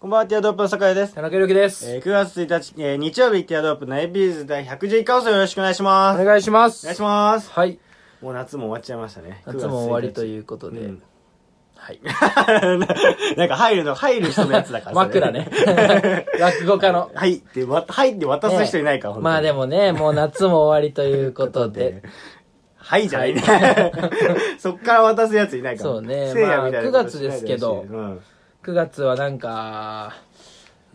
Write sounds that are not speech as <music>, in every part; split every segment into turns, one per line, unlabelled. こんばんは、ティアドロップの酒井です。
田中裕樹です、
えー、9月1日、えー、日曜日、ティアドロップのエビーズ第111回放送よろしくお願いします。
お願いします
お願いします。
はい
もう夏も終わっちゃいましたね。
夏も終わりと
う。
いうことで、
うん
はい
なん <laughs> か入るの、入る人のやつだから。それ <laughs>
枕ね。落語家の、
はいって、わ、はいって渡す人いないから、
まあで
も。
もねもう夏も終わりということ
<laughs>
で
はいじゃないね。 <laughs> そっから渡すやついないから。
そうね
せいや
まあ
みたいなこと
9月
しない
ですけど
ほしいうん
9月はなんか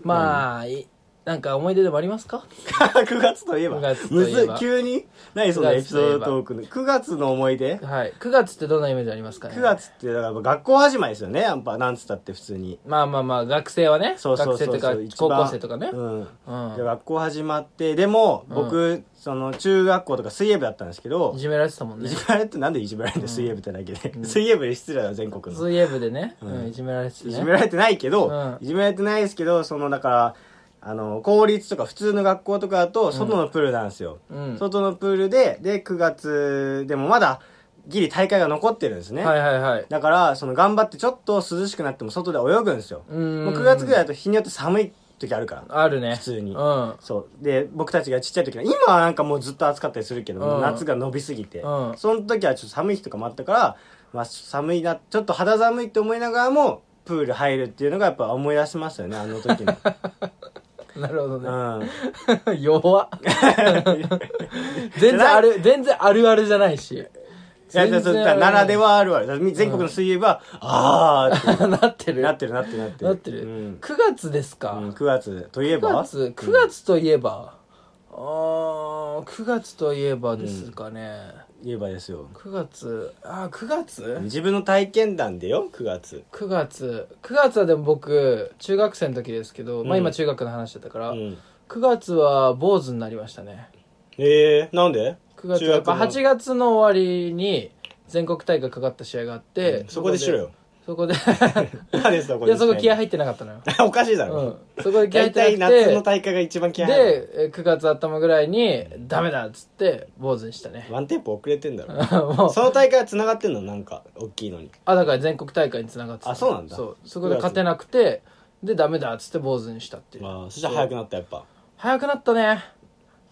まあ、いなんか思い出でもありますか
<laughs> 9月といえば
9月
む
といえば
ずい急に何そのエピソードトークの9月の思い出
はい9月ってどんなイメージありますかね
9月ってだからやっぱ学校始まりですよねやっぱなんつったって普通に
まあまあまあ学生はね
そうそうそうそう
学生という
一
か高
番
校生とかね、
うん
うん
で学校始まってでも僕、その中学校とか水泳部だったんですけど
いじめられてたもん
い
ね
じめられってなんでいじめられるんだよ水泳部ってだけで、水泳部で失礼だよ全国の
水泳部でね、
ん
うんいじめられてて
い
ね
じめられてないけど、
うん
いじめられてないですけどそのだからあの公立とか普通の学校とかだと外のプールなんですよ、
うん
外のプールでで9月でもまだギリ大会が残ってるんですね、
はいはいはい
だからその頑張ってちょっと涼しくなっても外で泳ぐんですよ、
うーん
もう9月ぐらいだと日によって寒い時あるから
あるね
普通に
うん
そうで僕たちがちっちゃい時は今はなんかもうずっと暑かったりするけど、
うん
夏が伸びすぎて、
うん
その時はちょっと寒い日とかもあったから、まあ、寒いなちょっと肌寒いって思いながらもプール入るっていうのがやっぱ思い出しますよねあの時の
なるほど
う
ね。 <laughs>
ん
弱
<laughs>
っ。全然ある、全然あるあるじゃないし。
いやだからだからならで
は。
はあるわよ全国の水泳部は、ああっ
<laughs> なって
て
る。
なってるなってるなってる
なってる
うん
9月です
うん
か。
9月といえ
9
ば
月、9月といえば。あー、9月といえばですかね。
言えばですよ
9月、あー、9月
自分の体験談でよ9月
?9 月。9月はでも僕、中学生の時ですけど、ま
う
あ
ん
今中学の話だったか
う
ら、9
ん
月は坊主になりましたね。
ええなんで
9月はやっぱ
中学の
8月の終わりに全国大会かかった試合があって、
そこでしろよ
そこで
何でそこ
い
で
や
しな
そ
い
こ気合入ってなかった
<laughs>
のよ、
おかしいだ
う
ろ
ん、そこで気合
大
入っ
体
てな
夏の
くて
大会が一番気合入る
でえ9月頭ぐらいにダメだっつって坊主にしたね <laughs>
ワンテンポ遅れてんだろ
もう
その大会は繋がってんのなんか大きいのに
あだから全国大会につながってた
あそうなんだ
そうそこで勝てなくてでダメだっつって坊主にしたっていう
ああそしたら早くなったやっぱ
早くなったね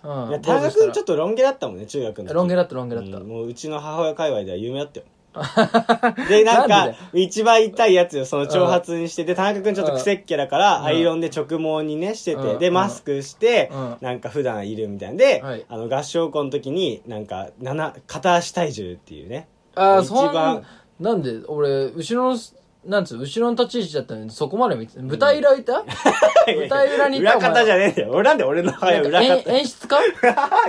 うん
いや大
坊
学
主したら
ちょっとロン毛だったもんね中学の時
ロン毛だったロン毛だっ
うん
た
もううちの母親界隈では有名だ
<laughs>
ったよでなん
なんで
か一番痛いやつよその長髪にしてで田中君ちょっと癖っ気だから
ん
アイロンで直毛にねしてて
うん
で
うん
マスクして
うん
なんか普段いるみたいなんで
はい
あの合唱校の時になんか七片足体重っていうね
ああ
一
そん
番
ななんで俺後ろのなんつう後ろの立ち位置だったのにそこまで見て舞台裏いた舞台裏にいた
裏
お前
方じゃねえんだよ俺なんで俺の母親
なん
裏
か
方
演演出家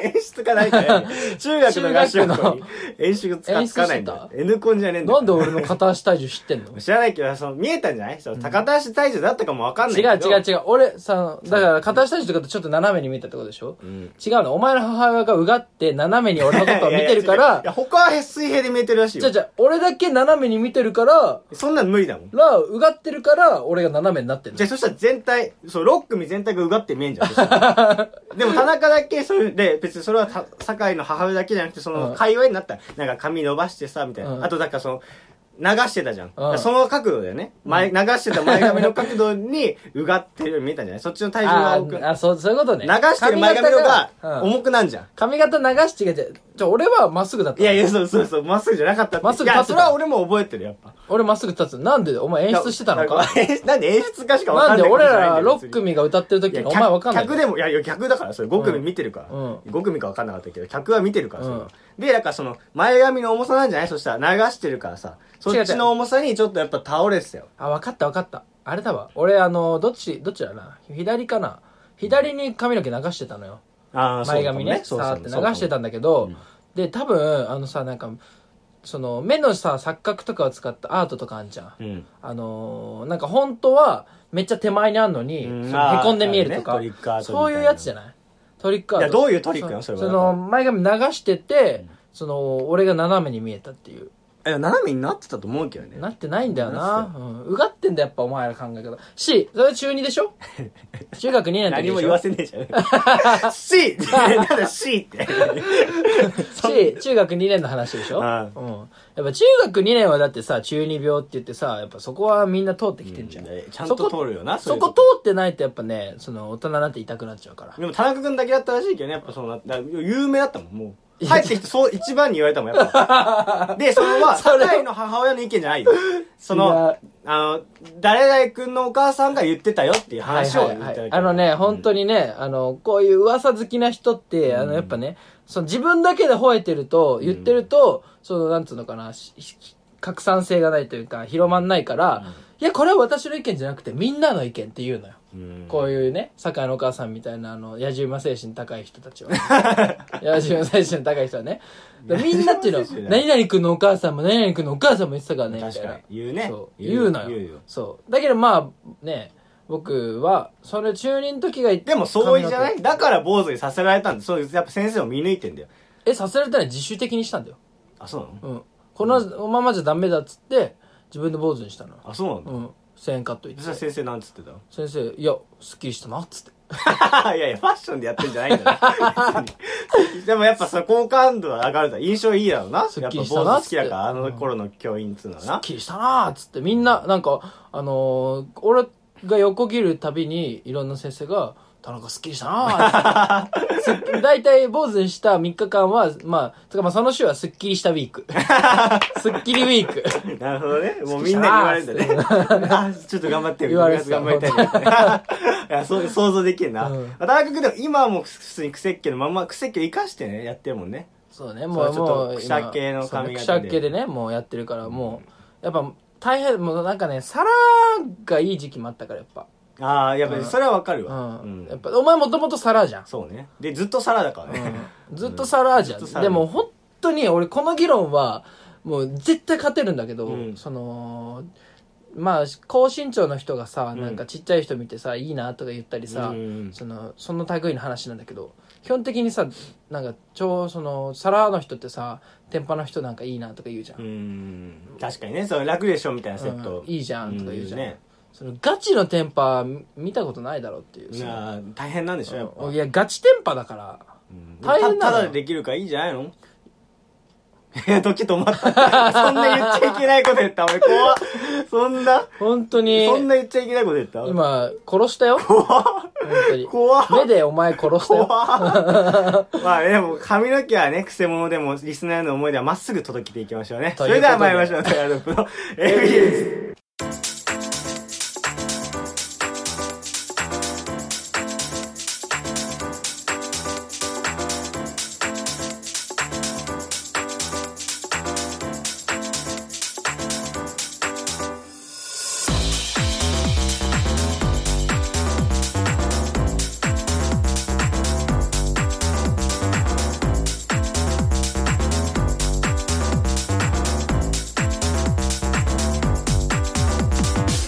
演出がないん
<laughs>
だよ中学の合唱校に演出
演
が
出
つ
してた
かないんだよ N コンじゃねえんだよ
なんで俺の片足体重知ってんの
知らないけど、その見えたんじゃないその高田足体重だったかもわかんない
違
け
う
ど。
違う違う。俺、さ、だから、片足立ちとかってちょっと斜めに見たってことでしょ、違うの。お前の母親がうがって斜めに俺のことを見てるか
いやいや違う
ら
い、や、他は水平で見えてるらしい
じゃ
よ。
じゃ俺だけ斜めに見てるから、
そんなん無理だもん。
ら、うがってるから、俺が斜めになってる
じゃあそしたら全体、そう、6組全体がうがって見えんじゃんそしたら。
<laughs>
でも田中だけ、それで、別にそれはた、酒井の母親だけじゃなくて、その、
うん
界隈になった。なんか髪伸ばしてさ、みたいな。
うん
あと、だからその、流してたじゃん。だから
うん
その角度だよね。前、流してた前髪の角度に、うがってるように見えたんじゃないそっちの体重が
あ
多く。
ーあ、そう、そういうことね。
流してる前髪の方が
髪型、
重くなんじゃん。
髪型流して違う違う。じゃあ俺はまっすぐだった。
いやいや、そうそうそう、まっすぐじゃなかったって。
まっすぐ
い
立
や、
って
そ
た
れは俺も覚えてる、やっぱ。
俺まっすぐ立つ。なんで、お前演出してたの
な
か
ん演出 <laughs> なんで演出家しかわ
な
か
ん
ん
で
ないこと
俺
じゃないんだ
ら
よ。
6組が歌ってる時
別に
にお
いや
前わかんない。
客でも、いやいや、客だから、それ5組見てるから。
うん
5組かわかんなかったけど、客は見てるから、それは
うん
で、だからその、前髪の重さなんじゃないそしたら流してるからさ、そっちの重さにちょっとやっぱ倒れてたよ。
あ、わかったわかった。あれだわ。俺、あの、どっち、どっちだな。左かな。左に髪の毛流してたのよ。
ああ、
前髪ね、
そう
さ
か
ーっ
も
て
ね
流
そうそう
してたんだけど、で、多分、あのさ、なんか、その、目のさ、錯覚とかを使ったアートとかあんじゃん。
うん。
あのー、なんか本当は、めっちゃ手前にあんのに、
うん
そ
あ
の
ー
へこんで見えると
あ
か、
るねトリックアートみたいな
そういうやつじゃないトリックアート。
いやどういうトリックなのそれは
の、前髪流してて、その、俺が斜めに見えたっていう。
いや斜めになってたと思うけどね
なってないんだよ
なっ
な。うん。うがってんだやっぱお前ら考え方。し、それは中2でしょ
<laughs>
中学2年の時でし
何
ょ
も言わせねえじゃん
<laughs>
C ってなんだ C って
し、中学2年の話でしょ、
はい
うん。やっぱ中学2年はだってさ、中二病って言ってさ、やっぱそこはみんな通ってきてんじゃん。
うんねちゃんと
そこ
通るよなそう
そ
いう
こと通ってないとやっぱね、その大人なんて痛くなっちゃうから。
でも田中君だけだったらしいけどねやっぱそのなだ有名だったもんもう入ってきてそう一番に言われたもんやっ
<laughs>
ぱでそのまあ
それ
酒井の母親の意見じゃないよそ
い
の
や
あの誰々君のお母さんが言ってたよっていう話を言ってたわ
はいはい
け
はいあのね、本当にね、あの、こういう噂好きな人って、あの、やっぱね、その自分だけで吠えてると、言ってると、その、なんつうのかな、しし拡散性がないというか、広まんないから、いや、これは私の意見じゃなくて、みんなの意見って言うのよ。
うん
こういうね、酒井のお母さんみたいな、あの、野じ馬精神高い人た
<laughs>
ちは。野じ馬精神高い人はね。だからみんなっていうの
野次馬精神
は、
だよ
何々くんのお母さんも何々くんのお母さんも言ってたからね、みたい
確
な
か。に言うね
そう言うのよ
言うよ
そうだけどまあね僕はそれ中任の時が
でも相違じゃない
髪の
だから坊主にさせられたんだそうやっぱ先生を見抜いてんだよ
毛えさせられたら自主的にしたんだよ、
あそうなの
うん、このままじゃダメだっつって自分で坊主にしたの
あそうなんだ
うん1000円カットいって
そしたら先生なんつってたの
先生いやすっきりしたなっつって
<laughs> いやいやファッションでやってんじゃないんだよ別に <laughs> でもやっぱその好感度は上がるんだ印象いいだろうなやっ
す
ぱ
っき
坊
りし
主
たな
好
っつっ
き
て
だからあの頃の教員っつうのは
すっ
な
きりしたなっつってみんななんかあのー俺が横切るたびにいろんな先生が「田中すっきりしたなーっつって」すっ大体坊主にした3日間はまあつかまあその週はすっきりしたウ
<laughs>
ィークすっきりウィーク
なるほどねもうみんなに言われるんだね <laughs> あちょっと頑張ってよ
言われてた
頑張りたいね <laughs> いやそう想像できるな
うん
田中君でも今はもう普通に癖っ気のまんま癖っ気を生かしてねやってるもんね
そうね、も
そ
う、
うちょっと
もう、
くしゃ系の
今
髪型で
そうねくしゃ系でね、もうやってるから、もう、やっぱ、大変、もうなんかね、皿がいい時期もあったから、やっぱ。
ああやっぱりそれはわかる
う。
わうん
やっ
ん
ぱ、お前もともと皿じゃん。
そうねでずっとサラだからね
うんずっと皿じゃ
ずっと
ん。
皿
でも、本当に、俺、この議論は、もう、絶対勝てるんだけど、
うん
その、まあ、高身長の人がさ、
ん
なんかちっちゃい人見てさ、いいなとか言ったりさ、
うん
その、その類の話なんだけど、基本的にさ、なんか、超、その、皿の人ってさ、天パの人なんかいいなとか言うじゃん
うーん確かにねその楽でしょみたいなセット、
うんいいじゃんとか言うじゃん、
ね
そのガチのテンパ見たことないだろうっていう
いや大変なんでし
そ
ょ
の
やっぱ、
いやガチテンパだから
うん
大変な
た
の
ただでできるからいいんじゃないの <laughs> いや時止まったそんな言っちゃいけないこと言った俺怖っそんな
本当に
そんな言っちゃいけないこと言った
今殺したよ本当に
怖っ
目でお前殺したよ
怖っ <laughs> まあね、でも髪の毛はね、くせ者でも、リスナーの思い出はまっすぐ届けていきましょうね。
と
そ
い
れ
うことで
では参りまし
<laughs>
ょう。トヤロップの AB です。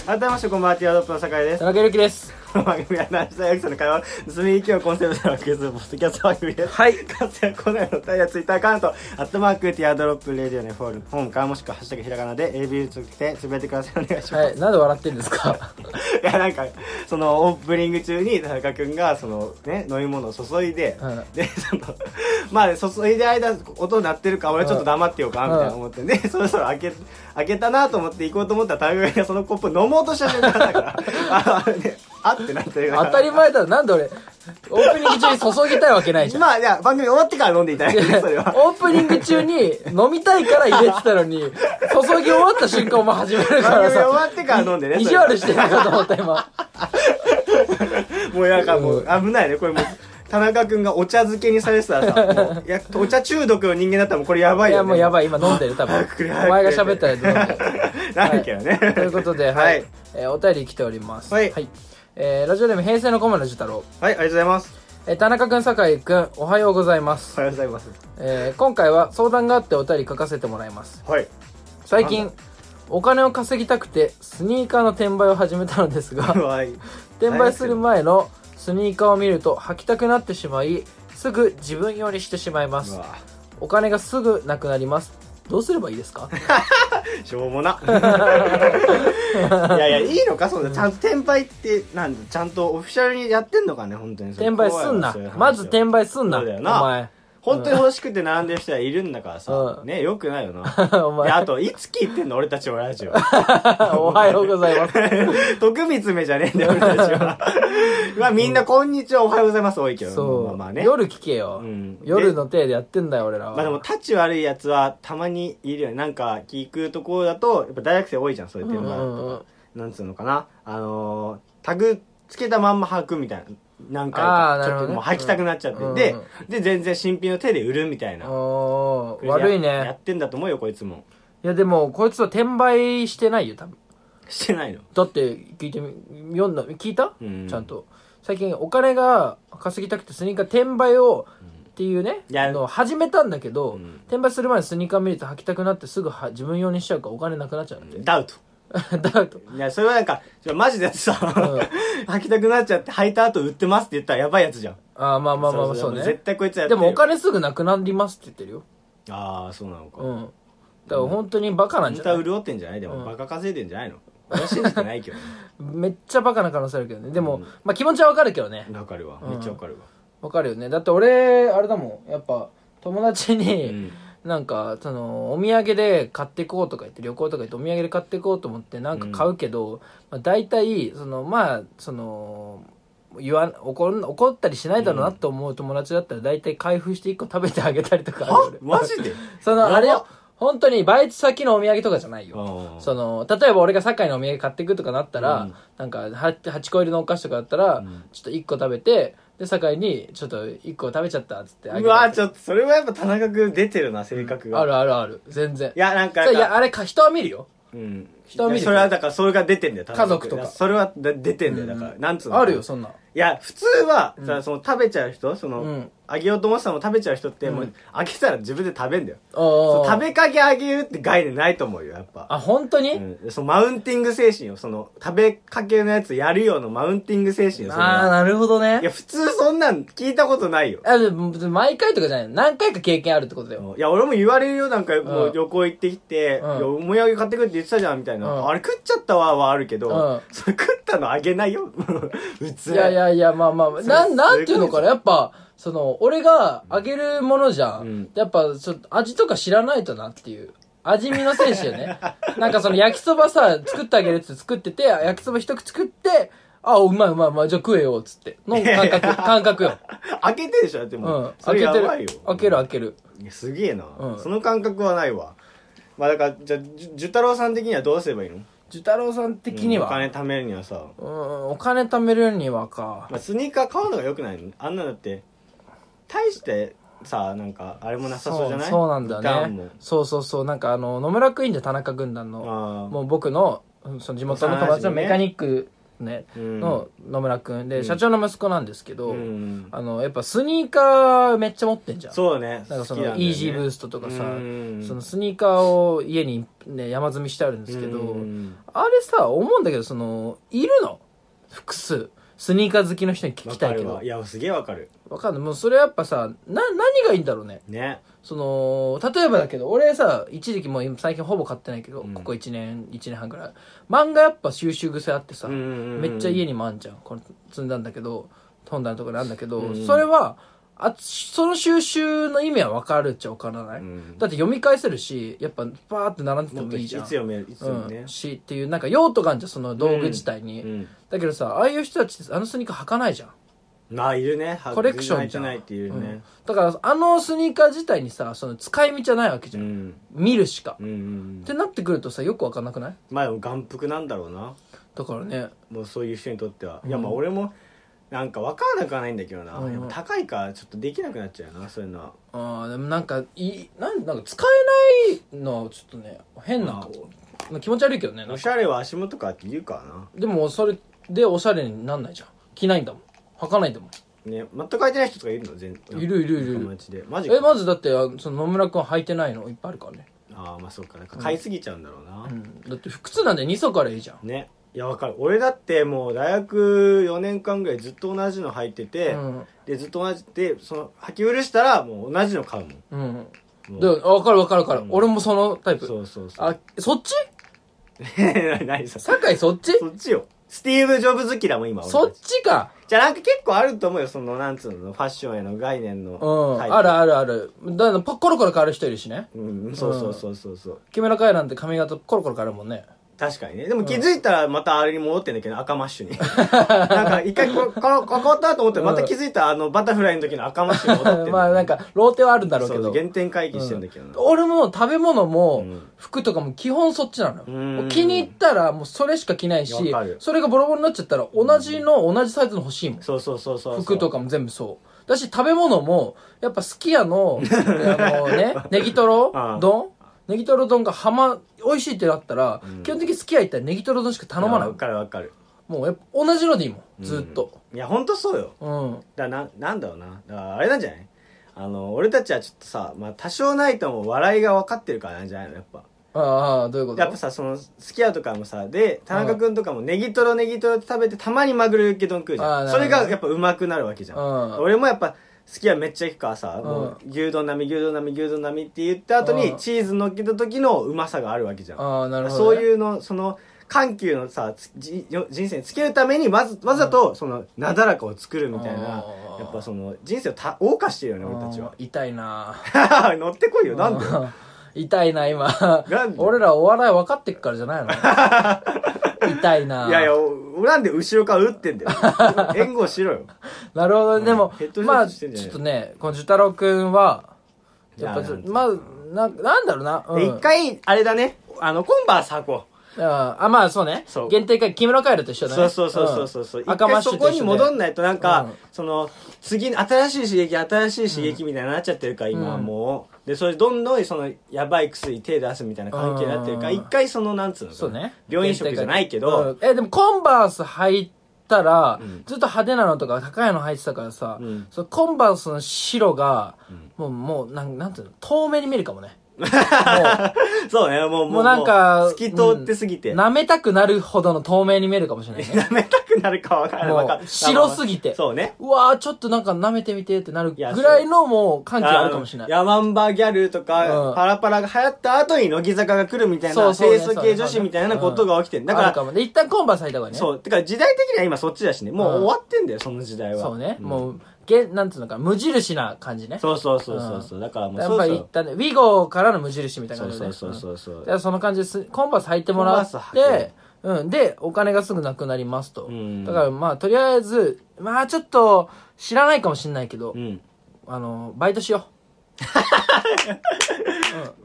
改めまして、こんばんは、トヤロップの酒井です
<laughs> 田。中裕樹です
この番組は男子大学生の会話を盗み聞きをコンセプトでお送りするポッドキャスト番組です。
はい
活躍コーナーのタイやツイッターアカウント、アットマーク、ティアドロップ、レディオのフォール、本かもしくは、ハッシュタグひらがなで AB つけてつぶやいてください。お願いします。
はいなんで笑ってんですか
いやなんかそのオープニング中に田中君がそのね飲み物を注いで、
うん
でそのまあ注いで間音鳴ってるから俺ちょっと黙ってようか
うん
みたいな思ってでそろそろ開け開けたなと思って行こうと思ったら田中君がそのコップ飲もうとした瞬間だからあ,、ね、あってなってるから
当たり前だろなんで俺オープニング中に注ぎたいわけないじゃん
まあいや番組終わってから飲んでいただいてねそ
<laughs>
れは
オープニング中に飲みたいから入れてたのに注ぎ終わった瞬間お前始めるか
番
ら
組終
さ
わってから飲んでね
意
そ
地
れ
悪してるかと思った今
もうなんかもう危ないねこれもう田中君がお茶漬けにされてたらさもういやお茶中毒の人間だったらもうこれやばい
い
よ、ね、
やもうやばい今飲んでる多分
早く来る早く来る
お前が喋ったら飲んで
<laughs>
る
なるけどね、
ということで、はい、
はい
えーお便り来ております。
はい
えーラジオネーム、平成の小村寿太郎。
はい、ありがとうございます。
えー田中くん、酒井くん、おはようございます。
はようございます。
えー今回は相談があってお便り書かせてもらいます。 <laughs>
はい。
最近、お金を稼ぎたくて、スニーカーの転売を始めたので
<laughs>
すが、
はい。
転売する前のスニーカーを見ると履きたくなってしまい、すぐ自分用にしてしまいます。お金がすぐなくなります。どうすればいいで
<laughs>
すか
しょうも
<laughs>
な。いやいや、いいのか、そうだ。ちゃんと転売って、なんだ、ちゃんとオフィシャルにやってんのかね、本当に。
転売すんな
そういう話。を
まず転売すんな。
そうだよな <laughs>
お前。
本当に欲しくて並んでる人はいるんだからさ
う。ん
ね、よくない
<laughs>
よな。
お
で
前。
あと、いつ聞いてんの俺たちはラジオ。
おはようござ
<laughs>
います。
徳光めじゃねえんだよ、俺たち
<laughs>
は。まあみんな、こんにちは、おはようございます、多いけど。
そう、
まあまあね。
夜聞けよ、
うん
夜の手でやってんだよ俺らは、
まあでも、立ち悪いやつはたまにいるよね。なんか、聞くところだと、やっぱ大学生多いじゃん、そういう
うんう
転売とか。
んうん
なんつうのかなあのータグつけたまんま履くみたいな何回
あー
か
な
ち
る
ょ
ほ
っ
ど
と
ね
もう履きたくなっちゃって、
うん
で
うん
で全然新品の手で売るみたいな
おー悪い
やや
ね
ってんだと思うよこいつも
いやでもこいつは転売してないよ多分
してないの
だって聞いてみ読んだ聞いた、
うん
ちゃんと最近お金が稼ぎたくてスニーカー転売をっていうね
いや
あの始めたんだけど、
うん
転売する前にスニーカー見ると履きたくなってすぐは自分用にしちゃうからお金なくなっちゃうんで、
ダウト
<laughs> だと
いやそれはなんかちょマジでさ、 <laughs> 履きたくなっちゃって履いた後売ってますって言ったらやばいやつじゃん
あーまあまあまあまあそうね
絶対こいつやって
で
る
もお金すぐなくなりますって言ってるよ
ああそうなのか、
うんだから本当にバカなん
本
じゃ
当
ない
は潤ってんじゃないでも、
うん
バカ稼いでんじゃないの俺は信じてないけどね
めっちゃバカな可能性あるけどねでも、
うん
まあ気持ちはわかるけどね
わかるわ
うん
めっちゃわかるわ、
わかるよねだって俺あれだもんやっぱ友達
う
に、
ん
なんかそのお土産で買ってこうとか言って旅行とか言ってお土産で買ってこうと思ってなんか買うけど、まあ、大体そのまあその言わん怒ん怒ったりしないだろうなと思う友達だったら大体開封して1個食べてあげたりとかあ
は
るよ
マジで
俺そのあれ
や
よ本当にバイト先のお土産とかじゃないよ
ば
その例えば俺が堺のお土産買ってくとかなったら、
うん
なんか 8, 個入りのお菓子とかだったら、
ん
ちょっと1個食べてで堺にちょっと1個食べちゃったっつってあげ
う
る
わちょっとそれはやっぱ田中君出てるな性格が
あるあるある全然
いやなんか
そういやあれか人は見るよ
うん
人は見て
そ
くれる
れはだからそれが出てんだよ田中君
家族とか
いやそれはだ出てんだよだから、
う
なんつうの
あるよそんない
や普通は、さその食べちゃう人その、
うん
あげようと思ってたのを食べちゃう人って、もうあげたら自分で食べんだよ、
お
そう
ー
食べかけあげるって概念ないと思うよやっぱ
あ本当に、
うん、そのマウンティング精神をその食べかけのやつやるようなマウンティング精神をそん
ああ
な
なるほど
いや
ね
普通そんなん聞いたことないよ
あでも別に毎回とかじゃない何回か経験あるってことだよ
いや、俺も言われるよ、なんか、も
う
うん旅行行ってきて、
うん
いや、お土産買ってくるって言ってたじゃん、みたいな。
うん
あれ食っちゃったわ、はあるけど、
うん
それ食ったのあげないよ、 <laughs> 普
い
通。
やいやいやまあまあ
れ
なんなんていうの
すご
か
いぞ
なやっぱその俺があげるものじゃん、
うん
やっぱちょっと味とか知らないとなっていう味見の選手よ
<laughs>
ねなんかその焼きそばさ作ってあげるっつって作ってて焼きそば一口作ってあうまいうまいうまいじゃあ食えよっつっての感覚
<laughs>
感覚よ、
開けてるでしょ、で
う
も。
ん、
それ
開け
や
てる
ばいよ。
開ける開ける
いやすげえな、
うん
その感覚はないわ。まあだから、じゃあ、じゅじゅ太郎さん的にはどうすればいいの
寿太郎さん的には、
うんお金貯めるにはさ、
うんお金貯めるにはか
まあ、スニーカー買うのが良くないのあんなだって、大して、さなんか、あれもなさそうじゃない
そうなんだよ
リターンも
ねそうそうそうなんかあの野村クイーンで田中軍団の
あー
もう僕のうんその地元の友達
幼馴
の
染ね
メカニック、ね
うん
の野村君で、
ん
社長の息子なんですけど、
うん。
あのやっぱスニーカーめっちゃ持ってんじゃん
そうね。
なんかそ
好きだ
の
よね
イージーブーストとかさ、
うん
そのスニーカーを家に、ね、山積みしてあるんですけど、
うん
あれさ思うんだけどそのいるの複数スニーカー好きの人に聞
わ
き
か
たいけ
る
ど
わいやすげえわかる
わかんないもうそれやっぱさな何がいいんだろうね
ね
その例えばだけど俺さ一時期もう今最近ほぼ買ってないけど、
うん
ここ1年1年半ぐらい漫画やっぱ収集癖あってさ、め
め
っちゃ家
に
にもあんじゃんこれ積んだんだけど本棚のところにあんだけど、
うん
それはあその収集の意味は分かるっちゃ分からない、だって読み返せるしやっぱバーって並んでて
もっ
も
と
い
い
いじゃん
つ読めるいつ読める
う
ね
ん、しっていうなんか用途があるじゃんその道具自体に、
うん
だけどさああいう人たちってあのスニーカー履かないじゃん
まあいるねは
コレクションじ
全然
ゃん
入ってないっていう
うん
ね
だからあのスニーカー自体にさその使い道じゃないわけじ
う
ゃん、
ん
見るしか、
うんうん
ってなってくるとさよくわかんなくない
まあでも眼福なんだろうな
だからね
もうそういう人にとってはいや
うん
まあ俺もなんか分からなくはないんだけどな
うん
やっぱ高いからちょっとできなくなっちゃうよなそういうのは
あーでもなんかいなんなんか使えないのはちょっとね変な、気持ち悪いけどねなん
お
か
しゃれは足元かって言うからな
でもそれでおしゃれになんないじゃん着ないんだもん履かないんだもん
ね全く書いてない人とかいるの全
いるいるいるいる
友達でマジか
えまずだってあその野村君履いてないのいっぱいあるからね、
ああまあそうかなんか買いすぎちゃうんだろうな
うん、だって靴なんで2足あればいいじゃん
ねいやわかる俺だってもう大学4年間ぐらいずっと同じの履いてて、
うん
でずっと同じでその履きうるしたらもう同じの買うもん
うんだからわかるわかるわかる。俺もそのタイプ。
そうそうそう。
あ、そっち
<laughs> 何さそ
酒井そっち
っちよスティーブ・ジョブズキだもん今俺
そっちか。
じゃあなんか結構あると思うよそのなんつうのファッションへの概念の
うん。
タイプ
あるあるある。だから、コロコロ変わる人いるしね。
うんそうそうそうそうそう
木村カエラなんて髪型コロコロ変わるもんね。
確かにねでも気づいたらまたあれに戻ってんだけど赤マッシ
<laughs>
ュになんか一回こここ変わったと思ってまた気づいたらあのバタフライの時の赤マッシュに戻ってんだよ
<laughs> まあなんか、ローテはあるんだろうけ
そう
ど。
原点回帰してんだけどな
俺も食べ物も
うん
服とかも基本そっちなの
うん
よ。気に入ったらもうそれしか着ないし
わかる、
それがボロボロになっちゃったら同じの同じサイズの欲しいもん。
そうそうそうそうそう
服とかも全部そう。だし食べ物も、やっぱすき
<laughs>
家の、あのね、ネギト
あ
ロ
あ
丼ネギトロ丼が浜、美味しいってなったら、
ん
基本的にすき家行ったらネギトロ丼しか頼まな
や
い
わ。かるわかる
もうやっぱ同じのでいいもん、ずっと。
いやほんとそうよ
うん。
だななんだろうなだからあれなんじゃないあの俺たちはちょっとさ、まあ、多少ないとも笑いが分かってるからなんじゃないのやっぱ
ああ、どういうこと
やっぱさそのスキヤとかもさで田中君とかもネギトロネギトロって食べてたまにマグロユッケ丼食うじ
あ
ゃん
ー
それ
なるほ
が
ど
やっぱうまくなるわけじゃん
うん
俺もやっぱスキヤめっちゃ行くからさ、もう牛丼並み牛丼並み牛丼並みって言った後
う
に
ん
チーズ乗っけた時のうまさがあるわけじゃん
ああ、なるほどね。
そういうのその緩急のさつじよ人生につけるためにわざわざとそのなだらかを作るみたいな
あー
やっぱその人生をた謳歌してるよね俺たち
うん痛いな
は乗ってこいよ <laughs> なんで
うん <laughs> 痛いな今
なんで
俺らお笑い分かってっからじゃないの
<laughs>
痛いない
やいやおなんで後ろから打ってんだ
<laughs>
よ援護しろよ
なるほど、でも
ヘッドショ
ま
ッ
あ
トして
ち
んじゃない
ょっとねこの寿太郎くんはい
や
やっぱちょ
なんか
まあななんだろうな、うん
で一回あれだねあのコンバース履こ
うんあまあそうね
そう
限定会木村カエルと一緒
う
だ
そ
ね
うそうそうそうそう、うん一
赤マ
回
ッシ
そ
ュ
こと
一緒
に
で
戻んないとなんか、
うん
その次新しい刺激新しい刺激みたいになっちゃってるから、今はもうでそれどんどんそのやばい薬手出すみたいな関係になってるから
うん
一回そのなんつうのかな
そうね
病院食じゃないけど、
うんえでもコンバース履いたら、
うん
ずっと派手なのとか高いの履いてたからさ、
うん
そのコンバースの白が、もうもうなんなんていうの透明に見えるかもねもう
そうね、もう、
もうなんか、
透き通ってすぎて。
うん
な
舐めたくなるほどの透明に見えるかもしれないね。
めたくなるかわからない。
もう
わかる
白すぎて
そうね。
うわーちょっとなんか舐めてみてってなるぐらいのもう感極あるかもしれない。
ヤマンバギャルと
う
か、
ん
パラパラが流行った後に乃木坂が来るみたい
そ
な、
うそうね
清楚系女子みたいなことが起きてる。だか
ある
ら、
かも。で、一旦コンバース履いた方がいいね。
そう。てか時代的には今そっちだしね。もう
うん
終わってんだよ、その時代は。
そうね。
ん
もう、げ、なんつうのか、無印な感じね。
そうそうそうそうそう。だからもう
や
そ
っ
う
ぱ
そ
一
う。
旦ね、ウィゴーからの無印みたいな
そ
感
う
じで、
そ
ね。
うそうそうそう
うんだからその感じです、コンバース履いてもらっ
コンバース履
て
く、
うん。で、お金がすぐなくなりますと。
うん
だからまあ、とりあえず、まあちょっと、知らないかもしれないけど、
うん。
あの、バイトしよ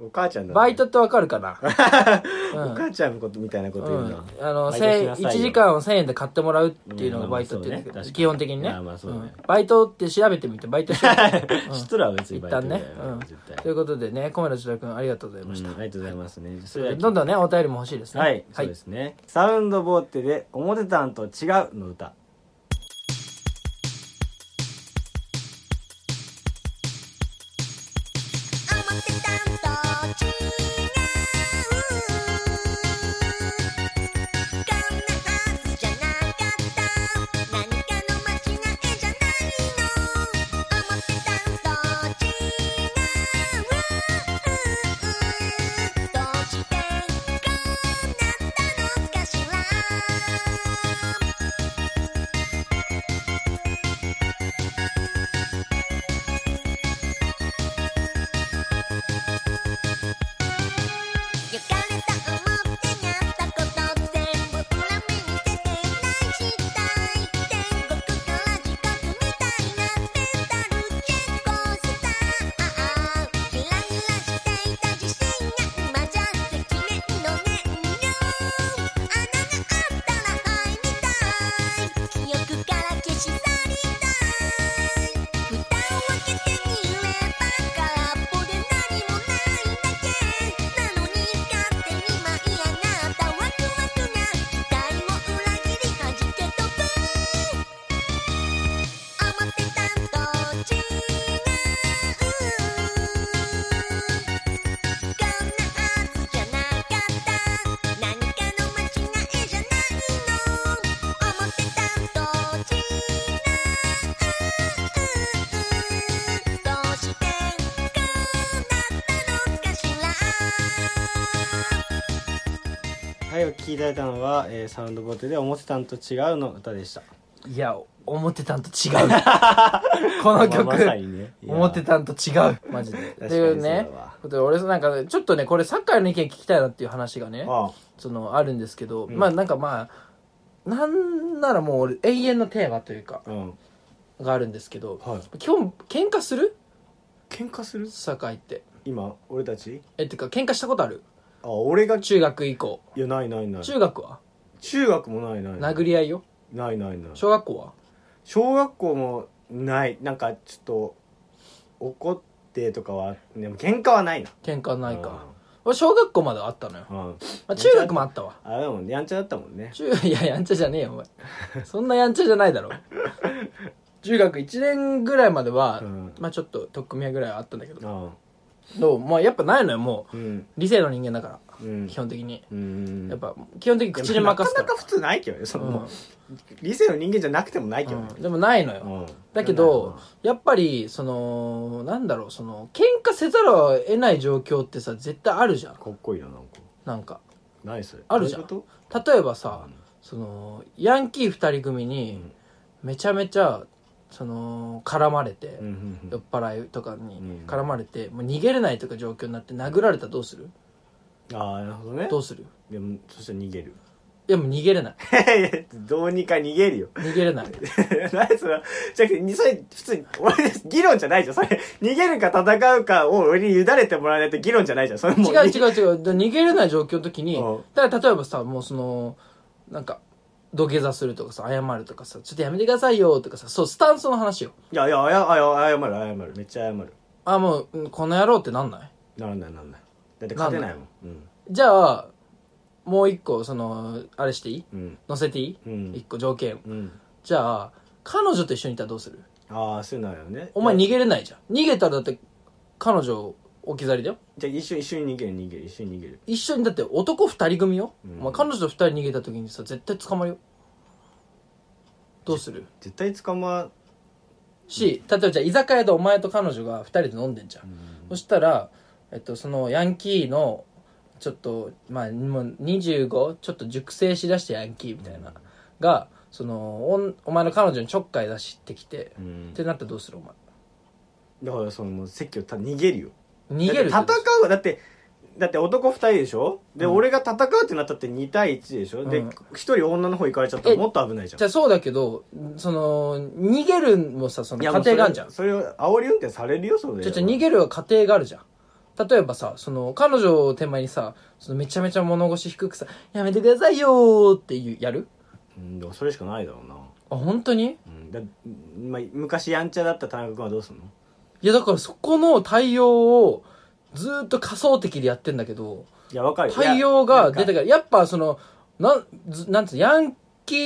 お母ちゃん
う。
だな。
バイトってわかる
<laughs>
かな
お母ちゃんのことみたいなこと言うな。
あの、
バイトし
千
なさいよ
1
<laughs>
時間を1000円で買ってもらうっていうのがバイトって言うんだ
うんまあまあそうね
けど、基本的にね。
まあまあそうね
んバイトって調べてみて、バイトし
<laughs>
よう。
知っとるは別に
一
バイト
旦
だ
ね
よ。
うん
絶対。
ということでね、小村千田君ありがとうございまし
うん
た。
ありがとうございますね。それでは
どんどんね、お便りも欲しいですね。
はい、そうですね。サウンドボーテで、表たんと違うの歌。
「あまってたんとちがう」「こんなはずじゃなかった」「何かの間違いじゃないの」「あまってたんとちがう」「どうしてこうなったのかしら」「
回お聴きいただいたのは、えーサウンドボテで「思ってたんと違う」の歌でした
いや思ってたんと違う <laughs> この曲、
まあまさにねいや
思ってたんと違うマジでって
かに
いうね
そうだわ
ことで俺なんかねちょっとねこれサッカーの意見聞きたいなっていう話がね
ああ
そのあるんですけど、まあなんかまあなんならもう俺永遠のテーマというか
うん
があるんですけど、
はい
基本喧嘩する
喧嘩する
酒井って
今俺たち
えってか喧嘩したことある
あ俺が
中学以降
いやないないない
中学は
中学もないない
殴り合いよ
ないないない
小学校は
小学校もないなんかちょっと怒ってとかはでも喧嘩はないな
喧嘩ないか俺小学校まであったのよ、
うん
まあ、中学もあったわ
あでもんやんちゃだったもんね
中いややんちゃじゃねえよお前そんなやんちゃじゃないだろ中学1年ぐらいまでは、
うん
まあちょっと取っ組み合いぐらいはあったんだけど
あ
どうまあやっぱないのよもう
うん
理性の人間だか
うん
ら基本的に、
うん
やっぱ基本的に口で任すか
なかなか普通ないけどねその、
うん
理性の人間じゃなくてもないけ
ら、
ど
う
ね
ん、でもないのよ、
うん
だけど、やっぱり、その、なんだろう、その、喧嘩せざるを得ない状況ってさ、絶対あるじゃん。
かっこいいななんか
なんか。
ないそれ
あるじゃん
どういうこ
例えばさ、その、ヤンキー二人組に、めちゃめちゃ、その、絡まれて
とうん、うんう
酔
ん
っ払いとか
うん
に絡まれて、もう逃げれないとか状況になって殴られたらどうする
ああなるほどね
どうする
でもそしたら逃げる <laughs>
いや、もう逃げれない。
どうにか逃げるよ <laughs>
逃げれない。
何それじゃなくてにそれ普通に俺議論じゃないじゃんそれ逃げるか戦うかを俺に委ねてもらわないと議論じゃないじゃんそれも
違
う
う違う違う。で逃げれない状況の時に
うん、
だから例えばさ、もうその、なんか、土下座するとかさ、謝るとかさ、ちょっとやめてくださいよとかさ、そう、スタンスの話よ。
いやいやあやあや謝る謝るめっちゃ謝る
あ、もううん、この野郎ってなんない
ならないならないだって勝てないもんうん
じゃあ、もう一個、その、あれしていい
うん
乗せていい
うん
一個条件。
うん
じゃあ、彼女と一緒にいたらどうする
ああそうなのよね
お前逃げれないじゃん。逃げたらだって、彼女置き去りだよ。
じゃあ一緒に一緒に逃げる逃げる一緒に逃げる
一緒に、だって男二人組よ。
うん
お前彼女と二人逃げた時にさ、絶対捕まるよ。どうする
絶対捕ま
し、例えばじゃあ居酒屋でお前と彼女が二人で飲んでんじゃん。そしたら、えっと、そのヤンキーの、ちょっと、まあ、もう25、ちょっと熟成しだしたヤンキーみたいな、が、そのおん、お前の彼女にちょっかい出してきて、
うん
ってなったらどうするお
だからそのもう席をた逃げるよ
前。逃げる
だって戦うだってだって男2人でしょで、俺が戦うってなったって2対1でしょ、で
うん
1人女の方行かれちゃったら
え
もっと危ないじゃん
じゃあそうだけど、その、逃げるもさ、その
いや
過
もうそ
程
れ
があるじゃん。
それを煽り運転されるよそれ
ちょちょ、逃げるは過程があるじゃん。例えばさ、その、彼女を手前にさ、そのめちゃめちゃ物腰低くさ、やめてくださいよーっていう、やる
うんでもそれしかないだろうな、
あ、本当に
うんだまあ、昔やんちゃだった田中君はどうすんの
いやだからそこの対応をずーっと仮想的でやってんだけど、
いやわかる
対応が出て
か
から、やっぱその、なん、ずなんつう、ヤンキ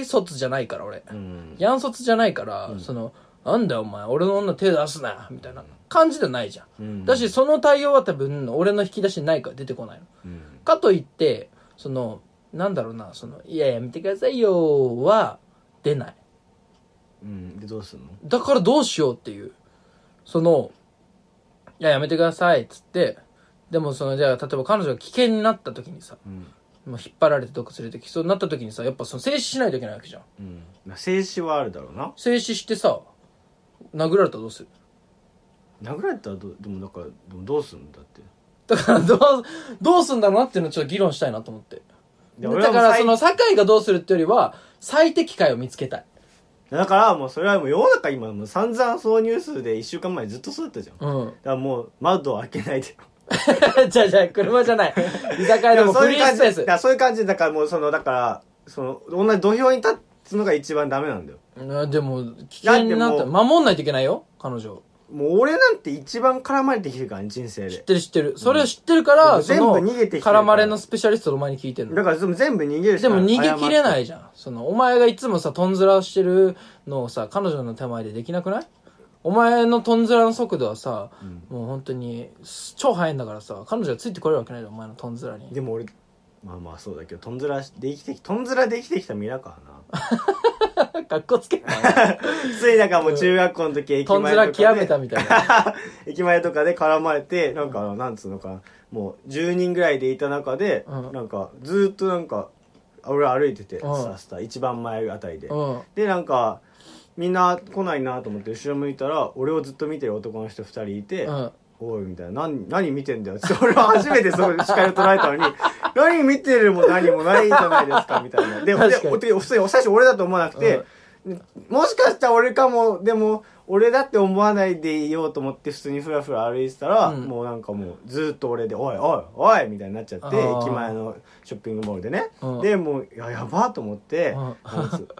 ー卒じゃないから俺。
らうん
ヤン卒じゃないから、その、なんだよお前、俺の女手出すな、みたいな感じではないじゃ
う
ん。
ん
だし、その対応は多分、俺の引き出しにないから出てこないの。
うん
かといって、その、なんだろうな、その、いや、やめてくださいよ、は、出ない。
うんでどうすんの
だからどうしようっていう。その、いや、やめてください、つって、でもその、じゃあ、例えば彼女が危険になった時にさ、
うん
もう引っ張られてどっか連れてきそうになった時にさ、やっぱその静止しないといけないわけじゃん。
うんまあ静止はあるだろうな
静止してさ、殴られたらどうする
殴られたらどうでもだからでもどうすんのだって
だから、どう、どうすんだろうなっていうのをちょっと議論したいなと思って。
で
だ
俺は
か
もう
ら、
最
その、酒井がどうするってよりは、最適解を見つけたい。
だからもうそれはもう世の中今もう散々そのニュースで1週間前ずっとそうだったじゃんだか
うん。
らもう窓を開けないで
<laughs> じゃあじゃあ、車じゃない。居酒屋でもフリースペー
だ
ス
か。らそういう感じでだからもうそのだからその同じ土俵に立つのが一番ダメなんだよ
うんでも、危険になったら、守んないといけないよ、彼女を。
もう俺なんて一番絡まれてきてるからね人生
知っ
で
てる知ってる。それを知ってるから、
うん
その
全部逃げてきてるから
絡まれのスペシャリストの前に聞いてん
だ
の。
からでも全部逃げるし
で
か
も逃げ切れ
謝
な
って
いじゃん。その、お前がいつもさ、トンズラをしてるのをさ、彼女の手前でできなくないお前のトンズラの速度はさ、もう本当に、す超速いんだからさ、彼女がついてこれるわけないだろ、お前のトンズラに。
でも俺 <laughs> まあまあそうだけどとんずらで生きてきとんずらで生きてきた身だからな
かっこつけ <laughs> たな
ついなんかもう中学校の時駅
とんず
前
ら
とか
極め
で
たみた
<laughs>
いな
駅前とかで絡まれてなんかなんつうのかなもう10人ぐらいでいた中で、
うん
なんかずーっとなんか俺歩いてて、
うん
スタスタ一番前あたりで、
うん
でなんかみんな来ないなと思って後ろ向いたら俺をずっと見てる男の人2人いて「
うん
おい」みたいな「何何見てんだよ」 <laughs> って俺は初めてその視界を捉えたのに <laughs> 「何見てるも何もないじゃないですか」みたいなで
確かに
でで普通に最初俺だと思わなくて、もしかしたら俺かもでも俺だって思わないでいようと思って普通にふらふら歩いてたら、
うん
もうなんかもうずーっと俺で「おいおいおい」みたいになっちゃって
あー
駅前のショッピングモールでね、
うん
でもういややばーと思って、
うん
なんつ <laughs>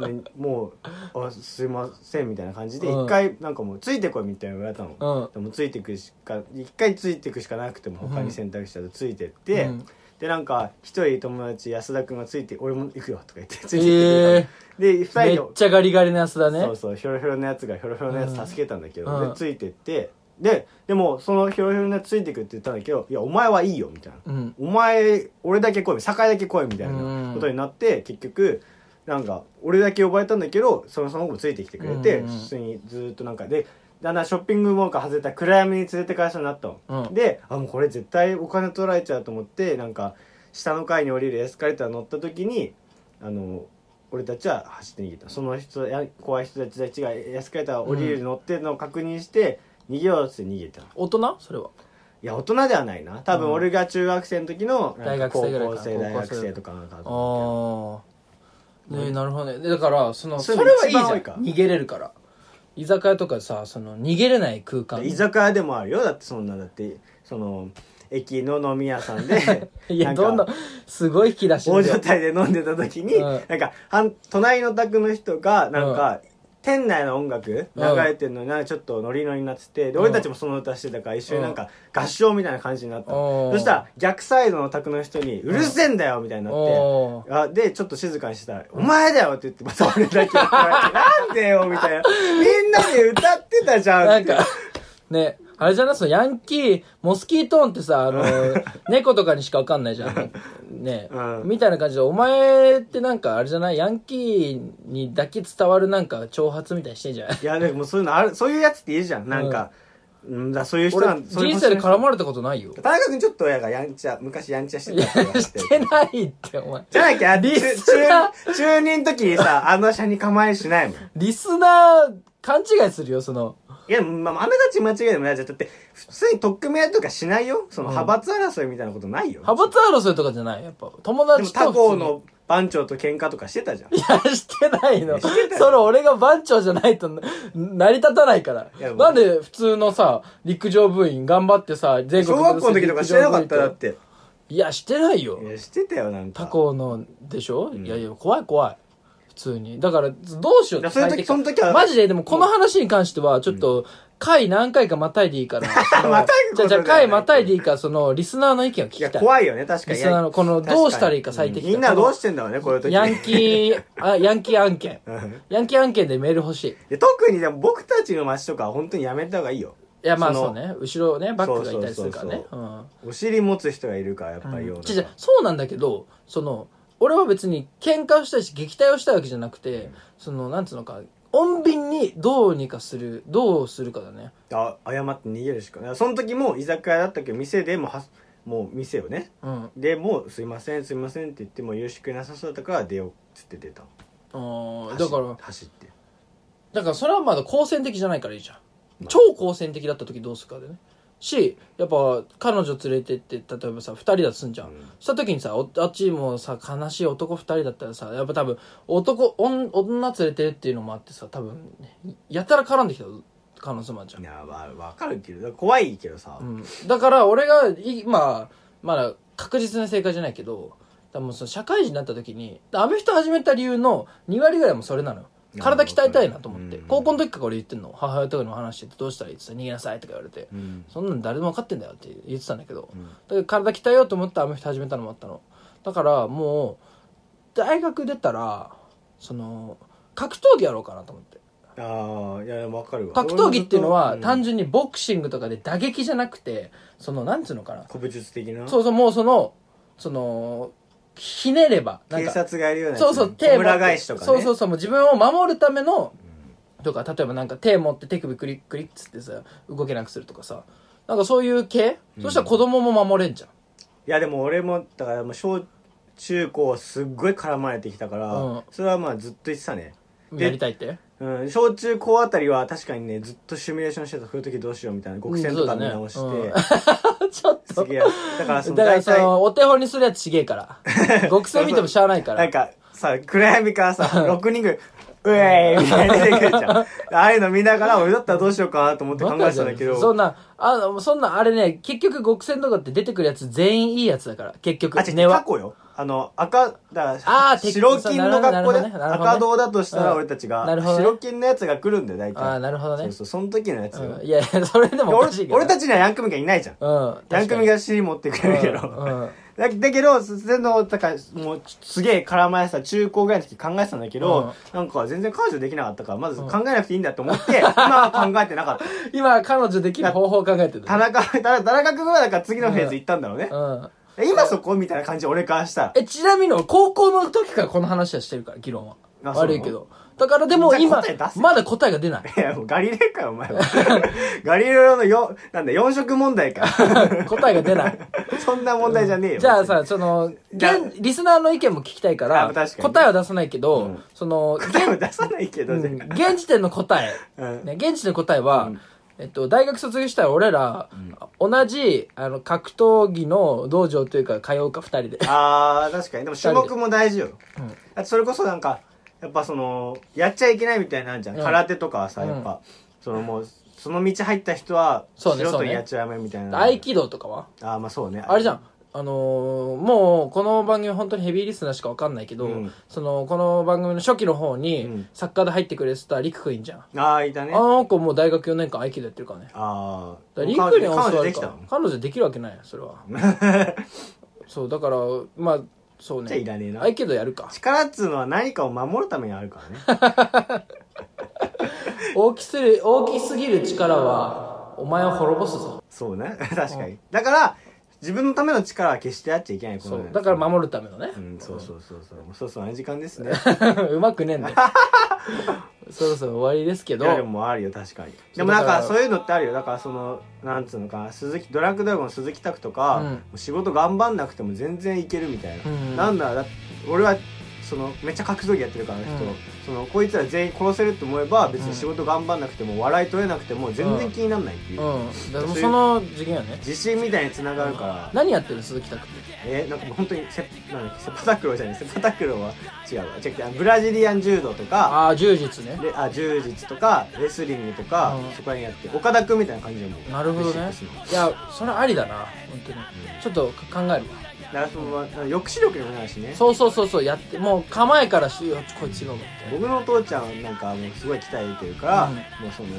ねもうあ「すいません」みたいな感じで
うん
一回なんかもう「ついてこい」みたいな言われたの、
うん
でもついてくしか一回ついてくしかなくても他に選択肢だとついてって、
うん
でなんか一人友達安田君がついて「俺も行くよ」とか言ってついてきてくれ
え
たので二
ー、めっ
人の
ちゃガリガリのやつだね
そうそうひょろひょろのやつがひょろひょろのやつ助けたんだけど、
うん
でついてってででもそのひょろひょろのやつついてくって言ったんだけど「いやお前はいいよ」みたいな。
うん
お前俺だけ来い酒井だけ来いみたい
うん
なことになって結局なんか俺だけ呼ばれたんだけどそのその子もついてきてくれて
うんうん
普通にずーっとなんかでだんだんショッピングモールから外れた暗闇に連れてかれそうになったの、
うん
であもうこれ絶対お金取られちゃうと思ってなんか下の階に降りるエスカレーター乗った時にあの俺たちは走って逃げたその人や怖い人たちたちがエスカレーター降りる乗ってるのを確認して、逃げようっつって逃げたの
大人それはい
や大人ではないな多分俺が中学生の時の
ん
な
大
んか
学
高
生ぐらいか
校生大
高校
学
生
生とかなんかだと思う
ああ、ねなるほどねでだからそのそ
そういう
れ
の
はい
一
いじゃ
番
ん
多いか
逃げれるから居酒屋とかさその逃げれない空
けど
間
居酒屋でもあるよだってそんなだってその駅の飲み屋さんで
<laughs> いや
か
どんどんすごい引き出し
大
だ
状
よ
態で飲んでた時に、
うん
なんかはん隣の宅の人がなんか、店内の音楽流れてるのになんかちょっとノリノリになってて、で
うん
俺たちもその歌してたから一緒になんか合唱みたいな感じになったの、
うん
そしたら逆サイドの宅の人に「うるせえんだよ」みたいになって、
おー
あでちょっと静かにしたら「お前だよ」って言ってまた俺だけ怒られて「なんでよ」みたいな「みんなで歌ってたじゃん」
なん
って
かねあれじゃないそのヤンキーモスキートーンってさあ
<laughs>
の猫とかにしかわかんないじゃんね、
うん
みたいな感じでお前ってなんかあれじゃないヤンキーにだけ伝わるなんか挑発みたいにしてんじゃない
いやでもそういうのあるそういうやつっていいじゃんなんか、うん、だそういう人
俺
なんそういう
人生で絡
む
まれたことないよ
田中君ちょっと親がやんちゃ昔やんちゃし
い
て
や
たから知っ
して
る
てないってお前
じゃなきゃ中
リ
中
スナ
中二の時にさあの車に構えしないもん
リスナー勘違いするよその
いや、まあ、あながち間違いでもないじゃんだって普通に取っ組み合いとかしないよその
うん
派閥争いみたいなことないよ、
派閥争いとかじゃないやっぱ友
でも
達と
他
普通
校
に
の番長と喧嘩とかしてたじゃん
いやしてないの
いやしてたよ
それ俺が番長じゃないとな成り立たないから
いや
なんで普通のさ陸上部員頑張ってさ全国
小学校の時とかしてなかっただって
いやしてないよ
いやしてたよなんか
他校のでしょ、
ん
いやいや怖い怖い普通にだからどうしようって
いやその時
最適化
その時は
マジででもこの話に関してはちょっと回何回かまたいでい
<laughs>
いからその
またぐ
じ
こと
ゃあじ
じ
ゃ
ゃ
あ
ない
回またいでいいからそのリスナーの意見を
い
聞き
や
たい
怖いよね確か
リ
に
スナーのこの
確かに
どうしたらいいか最適化
みんなどうしてんだろうねこういう時
ヤンキーあヤンキー案件
うん
ヤンキー案件でメール欲しい
で特にでも僕たちの街とかは本当にやめた方がいいよ
いやまあ
その
そうね後ろねバックがいたりするから
そ
ね
う
うん
お尻持つ人がいるからやっぱりよ
違う違うそうなんだけどその俺は別に喧嘩をしたいし撃退をしたいわけじゃなくて、そのなんつうのか穏便にどうにかするどうするかだね
あ謝って逃げるしかないその時も居酒屋だったけど店でもはもう店をね
うん
でもうすいませんすいませんって言っても許しくなさそうだったから出ようっつって出た
あーだから
走って
だからそれはまだ好戦的じゃないからいいじゃん、
あ
超好戦的だった時どうするかでねしやっぱ彼女連れてって例えばさ2人だとすんじゃん、
うん
した時にさおあっちもさ悲しい男2人だったらさやっぱ多分男女女連れてるっていうのもあってさ多分やたら絡んできた可能性もあるじゃん
いやわわかるけどだから怖いけどさ、
うん、だから俺が今まだ確実な正解じゃないけど多分その社会人になった時にアメフト始めた理由の2割ぐらいもそれなのよ
いや
体鍛えたいなと思って
うん
高校の時から俺言ってんの母親とかにも話しててどうしたらいいって言ったら逃げなさいとか言われて
うん
そんなん誰でも分かってんだよって言ってたんだけど
うん
だから体鍛えようと思ってアメフト始めたのもあったのだからもう大学出たらその格闘技やろうかなと思って
ああいやわかるわ
格闘技っていうのは
俺もずっと
単純にボクシングとかで打撃じゃなくてそのなんつうのかな
古武術的な
そうそう、もうその、その、ひねればなん
警
か
察がいるようなやつ
そうそう、
手
手持って
村返しとかね
そうそうそう、もう自分を守るための、とか、例えばなんか手持って手首クリックリッつってさ、動けなくするとかさ、なんかそういう系、そしたら子供も守れんじゃん。
いやでも俺もだからもう小中高すっごい絡まれてきたから、
うん
それはまあずっと言ってたねで
やりたいって。
うん、小中高あたりは確かにねずっとシミュレーションしてたこういう時どうしようみたいな極戦とか見直して、
うん <laughs> そうだねちょっと
す。げえだからその
だから
大
そ
体
の、お手本にするやつちげ
<laughs>
えから。極性見てもしゃあないか
な
ら
ん。かさ暗闇からさ6人ぐらいうえーいみたいに出てくる
<laughs>
じゃんああいうの見ながら俺だったらどうしようかなと思って考えてたんだけ
そ
ど
んな、あの、そんな、あれね、結局、極戦とかって出てくるやつ全員いいやつだから、結局
あ、違う
根
過
は。
去よあの赤だ
あーてっ
白金の学校で、
なるほどねなるほどね
赤堂だとしたら
うん
俺たち
な
が、
るほどね
白金のやつが来るんだよ大体
ああ、なるほど
そ
ね
う。そうその時のやつよ、
うんいやいや、それでもおかし
俺
いけどな。
俺たちにはヤンクミがいないじゃん
うん。
ヤンクミが尻持ってくれるけど、
うんうん
だだけど、全の、だから、もう、すげえ絡まれてた、中高ぐらいの時考えてたんだけど、なんか全然彼女できなかったから、まず考えなくていいんだと思
<laughs>
って、今は考えてなかった。
今、彼女できる方法を考えてる。
田中、田中田中君はだから次のフェーズ行ったんだろうね。
うん。
今そこみたいな感じ、俺からしたら。
え、ちなみに、高校の時からこの話はしてるから、議論は。
あそうなの
悪いけど。だからでも
じゃあ
今
答え出、せ
まだ答えが出ない。 <laughs>
いや、もうガリレーかよ、お前 <laughs> は。ガリレオのよ、なんだ、4色問題か。 <laughs>
答えが出ない。
そんな問題じゃねえよ。
じゃあさ、その、
じゃあ
現、リスナーの意見も聞きたいか
あ
ら、
確かに
答えは出さないけど、
うん
その、
別に、答えを出さないけど、
うん
全然
現時点の答え。
うん
ね、現時点の答えは、
うん
えっと、大学卒業したら俺ら、同じ、あの、格闘技の道場というか、通うか、二人で。
あー確かにでも種目も大事よ、
うん
だってそれこそなんかやっぱそのやっちゃいけないみたいなんじゃん、
うん
空手とかはさ
うん
やっぱ、そのもうその道入った人は
そ
素
うね
人にやっちゃやめみたいな、
合気道とかは
あーまあそうね
あれじゃん。あのーもう、この番組本当にヘビーリスナーしかわかんないけど、
うん
その、この番組の初期の方
う
に
ん、
作家で入ってくれてたりくくんじゃん。
ああいたね
あの子もう大学4年間合気道やってるからね。
ああ
だからりくりに教
彼女
わる
でき
か
た
ら
の
彼女できるわけないよ、それは。そう、だから、まあ、そうね。
じゃあいらねえな
合気道やるか。
<laughs> 力っつうのは何かを守るためにあるからね
大きする、大きすぎる力は、お前を滅ぼすぞ。
そうね <laughs> 確かにだから自分のための力は決してあっちゃいけないこ
そ
と
う。だか
る
ら守るためのね。
うん、そうそうそうそうもうそうそうあの時間ですね
<laughs> うまくねえ
<laughs>
んだよ。そろそろ終わりですけ
いやで
<laughs> ど、
もあるよ確かに
そう
でもなん
だか
からそういうのってあるよだからそのなんつうのかな鈴木ドラッグドラゴンの鈴木拓とか、
うん
もう仕事頑張んなくても全然いけるみたいな、
うん
なんならだって俺はそのめっちゃ格闘技やってるからあの人、
うん
そのこいつら全員殺せると思えば別に仕事頑張んなくても笑い取れなくても全然気になんないっていう、
うん。だからもうその次元はね。
自信みたいにつながるから、
何やってる鈴木拓って
えなんかもう本当にセなんだっけセパタクローじゃないセパタクローは違うわ違う違うブラジリアン柔道とか
ああ柔術ね
であ柔術とかレスリングとか、
うん
そこら辺やって岡田君みたいな感じでもう
なるほど
V6
ね
の
いやそれありだな本当にちょっと考えるわ
だからそのまあ抑止力にもなるしね
そうそうそうそうやってもう構えからしよこいつ違うもん
僕のお父ちゃんはなんかもうすごい鍛えてるから、
うん
もうそのもう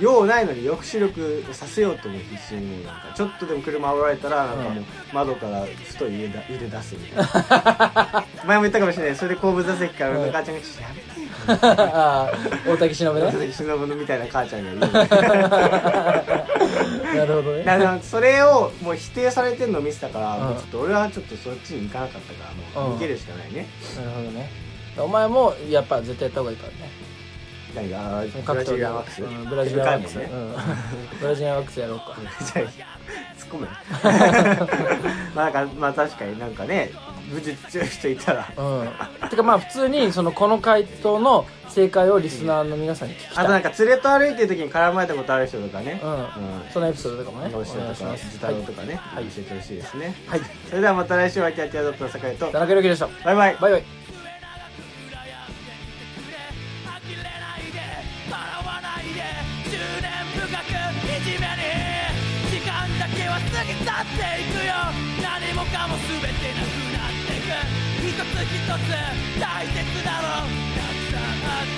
用ないのに抑止力させようとも必死にもうなんかちょっとでも車煽られたらなんかもう窓から太い腕だ腕出すみたい
<laughs>
な前も言ったかもしれないそれで後部座席から俺の母ちゃんが「ちょっとやめてよ」
あー <laughs> 大竹しのぶ
後部 <laughs>
ね
座席忍ぶのみたいな母ちゃんが
<laughs>
言う
なるほど
だ
ね
からそれをもう否定されてるのを見てたから、
うん
もうちょっと俺はちょっとそっちに行かなかったからもう
うん
逃げるしかないね、
なるほどねお前もやっぱ絶対やった方がいいからね
何があーブ
格
ラジ
闘技
ルアンワックス
うんブラジルアンワックス、
でかいもんね
うんブラジルアンワックスやろうか
じゃあ <laughs> 突っ込む
<laughs>
まあなんかまあ確かになんかね武術強い人いたら
うんてかまあ普通にそのこの回答の正解をリスナーの皆さんに聞き
あとな
た
ん
い
か連れと歩いてる時に絡まれたことある人とかね
うん、そのエピソードとかもね
ど
お
うして
願い
と
し
か
ます
自太郎とかね、
はい
教えてほしいですね
はい、
それではまた来週はキャッチャーだった酒井と
田中裕樹でした
バイバイ
バイバイ
呆れないで笑わないで執念深くいじめに時間だけは過ぎ去っていくよ何もかも全てなくなってく一つ一つ大切だろうたくさんあっ